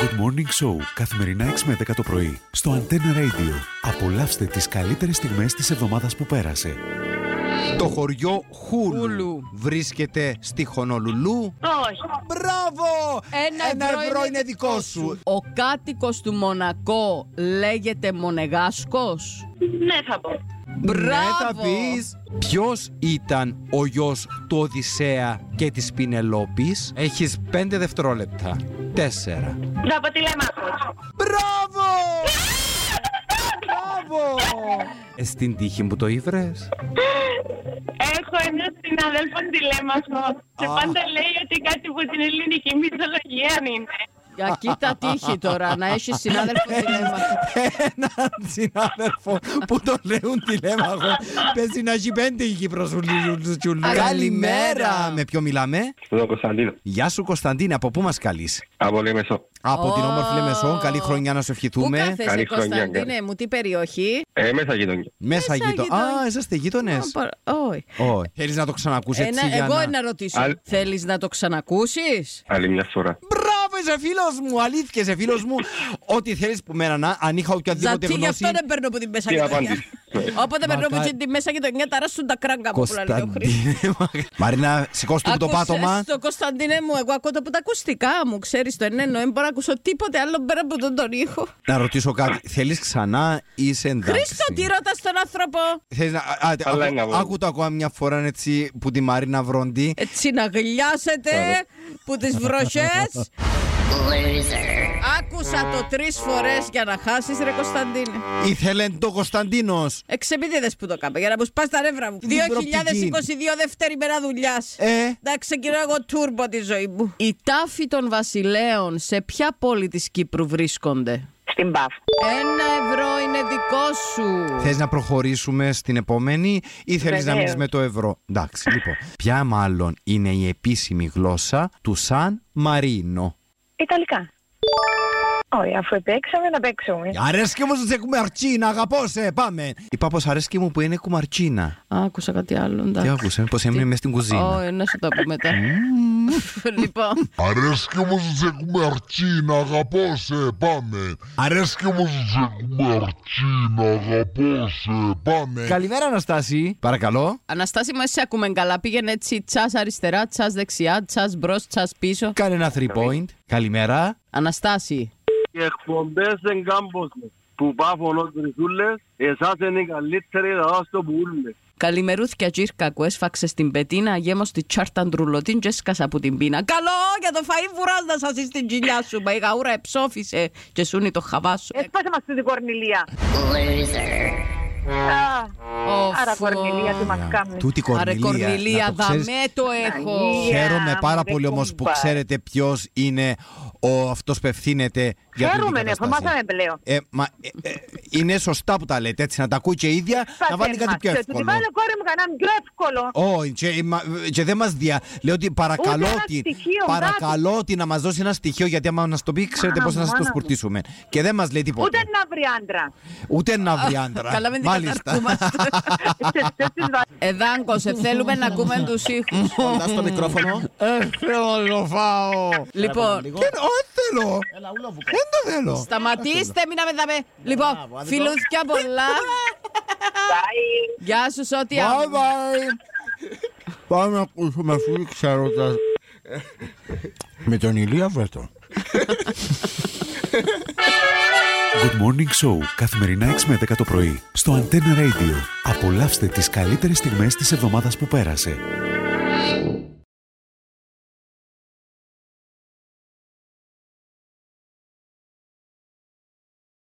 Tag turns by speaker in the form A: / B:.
A: Good Morning Show, καθημερινά 6 με 10 το πρωί, στο Antenna Radio. Απολαύστε τις καλύτερες στιγμές της εβδομάδας που πέρασε.
B: Το χωριό Χούλου,
C: Χούλου.
B: βρίσκεται στη Χονολουλού.
D: Όχι.
B: Μπράβο!
C: Ένα ευρώ είναι
B: δικό σου.
C: Ο κάτοικος του Μονακό λέγεται Μονεγάσκος.
D: Ναι, θα πω.
C: Μπράβο!
B: Ναι, θα πεις ποιος ήταν ο γιος του Οδυσσέα και της Πινελόπης. Έχεις 5 δευτερόλεπτα. 4.
D: Θα πω τηλεμάχος.
B: Μπράβο! Μπράβο! Ε, Στην τύχη μου το ήβρες.
D: Έχω ένα συναδέλφο τηλέμαχο και
B: Α.
D: πάντα λέει ότι κάτι από την ελληνική μυθολογία είναι.
C: Για κοίτα τύχη τώρα, να έχεις συνάδελφο τηλέμαχο.
B: Έναν συνάδελφο που το λέουν τηλέμαχο. Πες να έχει πέντε η Κύπρος Καλημέρα!
C: Καλημέρα.
B: Με ποιο μιλάμε?
E: Εδώ Κωνσταντίνο.
B: Γεια σου Κωνσταντίνε, από πού μας καλείς?
E: Από Λεμεσό.
B: Από την
C: Ω.
B: όμορφη Λεμεσό, καλή χρονιά να σου
C: Πού
B: ευχηθούμε.
C: κάθεσαι
E: Καλή χρονιά,
C: Κωνσταντίνε
E: καλή.
C: μου, τι περιοχή.
E: Ε, μέσα γειτονιά.
B: Μέσα
C: Μέσα
B: γείτο.
C: γειτονιά.
B: Α, είσαστε γείτονες.
C: Α, παρα- Όχι.
B: Όχι. Θέλεις να το ξανακούσεις
C: Ένα,
B: έτσι για
C: εγώ
B: να...
C: να ρωτήσω.
E: Α-
C: Θέλεις να το ξανακούσεις?
E: Άλλη μια φορά.
B: Μπράβο, είσαι φίλος μου. Αλήθεια, είσαι φίλος μου. Ό,τι θέλεις που μένα να, αν είχα οποιαδήποτε
C: Γιατί γι'
B: γνώση.
C: αυτό δεν παίρνω που την μέσα
E: Τι
C: γειτονιά.
E: απάντηση. Ναι.
C: Όποτε παίρνω
B: Μακάρι.
C: που την μέσα γειτονιά, ταράσουν τα κράγκα μου που λέει ο Χρήστος.
B: Κωνσταντίνε, μα- Μαρίνα, σηκώσ' του που το
C: Άκουσε
B: πάτωμα.
C: Στο Κωνσταντίνε μου, εγώ ακούω το από τα ακουστικά μου, ξέρεις το ενένο. Δεν μπορώ να ακούσω τίποτε άλλο πέρα από τον, τον ήχο.
B: Να ρωτήσω κάτι. Θέλεις ξανά ή είσαι εντάξει.
C: Χρήστο, τι ρώτα τον άνθρωπο.
B: Θέλεις να... α, α,
E: Αλλά
B: άκου-
E: είναι αγόρι.
B: Άκου το ακόμα μια φορά έτσι που τη Μαρίνα βροντί.
C: Έτσι να γλιάσετε που τις βροχές. Άκουσα το τρεις φορές για να χάσεις, ρε Κωνσταντίνε.
B: Ήθελε το Κωνσταντίνος.
C: Εξεπίτηδε που το κάμπα, για να μου σπάς τα νεύρα μου. 2022
B: Την προοπτική.
C: δεύτερη μέρα δουλειάς.
B: Ε.
C: Να ξεκινώ εγώ τούρμπο τη ζωή μου. Οι τάφοι των βασιλέων σε ποια πόλη της Κύπρου βρίσκονται.
D: Στην ΠΑΦ.
C: Ένα ευρώ είναι δικό σου.
B: Θες να προχωρήσουμε στην επόμενη ή θέλεις να
D: Βεβαίως.
B: μείνει με το ευρώ. Εντάξει, λοιπόν. Ποια μάλλον είναι η επίσημη γλώσσα του Σαν Μαρίνο.
D: Ιταλικά. Όχι, αφού επέξαμε να παίξουμε.
B: Αρέσκει μου σε κουμαρτσίνα, αγαπώ σε, ε, πάμε. Είπα πως αρέσκει μου που είναι κουμαρτσίνα.
C: Άκουσα κάτι άλλο.
B: Τι
C: εντάξει.
B: άκουσες, πως έμεινε μέσα στην κουζίνα.
C: Ω, ε. να σου το πω μετά. λοιπόν,
F: Αρέσκει μου σε κουμερτσίνα, αγαπώ σε, πάμε.
B: Αρέσκει
F: Αρέσκει μου σε κουμερτσίνα, αγαπώ σε, πάμε.
B: Καλημέρα, Αναστάση. Παρακαλώ.
C: Αναστάση, μα σε ακούμε καλά. Πήγαινε έτσι τσα αριστερά, τσα δεξιά, τσα μπρος, τσα πίσω.
B: Κάνε ένα three point. Καλημέρα.
C: Αναστάση.
G: Οι εκπομπές δεν κάμπος που πάφουν ως βρυσούλες, εσάς είναι οι καλύτεροι να δώσω το πουλούλες.
C: Καλημερούθια, Τζίρκα, που έσφαξε στην πετίνα, γέμο στη τσάρτα ντρουλωτήν και έσκασα από την πείνα. Καλό για το φαΐ βουράς να σας είσαι την κοιλιά σου, μα η γαούρα εψόφησε και σούνι το χαβά σου. Ε,
D: Έσπασε μας την Κορνηλία. Α,
C: Ω,
D: Άρα
C: φω.
D: Κορνηλία τι μας κάνεις.
B: Τούτη
C: Άρε
B: κορνιλία.
C: Κορνηλία,
B: να το ξέρεις.
C: δαμέ το έχω.
D: Αγία.
B: Χαίρομαι πάρα
D: δεν
B: πολύ όμως που
D: κουμπά.
B: ξέρετε ποιος είναι ο αυτός που ευθύνεται για την
D: Χαίρομαι, ναι, που
B: αντικατάσταση.
D: μάθαμε πλέον.
B: Ε, μα, ε, ε, είναι σωστά που τα λέτε έτσι, να τα ακούει και η ίδια, να βάλει κάτι ναι. πιο
D: Του
B: εύκολο.
D: βάλω κόρη μου κανέναν πιο εύκολο.
B: Όχι, και, ε, μα, και δεν μας δια. Λέω ότι παρακαλώ
D: Ούτε ένα
B: ότι,
D: στοιχείο,
B: παρακαλώ ότι να μας δώσει ένα στοιχείο, γιατί άμα μας το πει, ξέρετε
D: Α,
B: πώ να σας το
D: μάνα μου.
B: σπουρτήσουμε. Και δεν μας λέει τίποτα.
D: Ούτε να βρει άντρα.
B: Ούτε να βρει άντρα.
C: Καλά με την
B: Μάλιστα.
C: καταρκούμαστε.
D: Σε στις βα-
C: Εδάγκο, σε Ε, θέλουμε να ακούμε τους ήχους.
H: Κοντά στο μικρόφωνο.
B: Ε, θέλω να φάω.
C: Λοιπόν,
B: Και- Όχι, θέλω.
H: Έλα, ούλα βουκά.
B: Δεν το θέλω.
C: σταματήστε, μην με δαμε.
H: Μπράβο,
C: Λοιπόν,
H: αδικό.
C: φιλούθια πολλά.
D: Bye.
C: Γεια σου, Σώτη.
B: Bye bye.
H: Πάμε να ακούσουμε αφού ξέρω τα... Με τον Ηλία Βρετό.
A: Good Morning Show, καθημερινά 6 με 10 το πρωί, στο Antenna Radio. Απολαύστε τις καλύτερες στιγμές της εβδομάδας που πέρασε.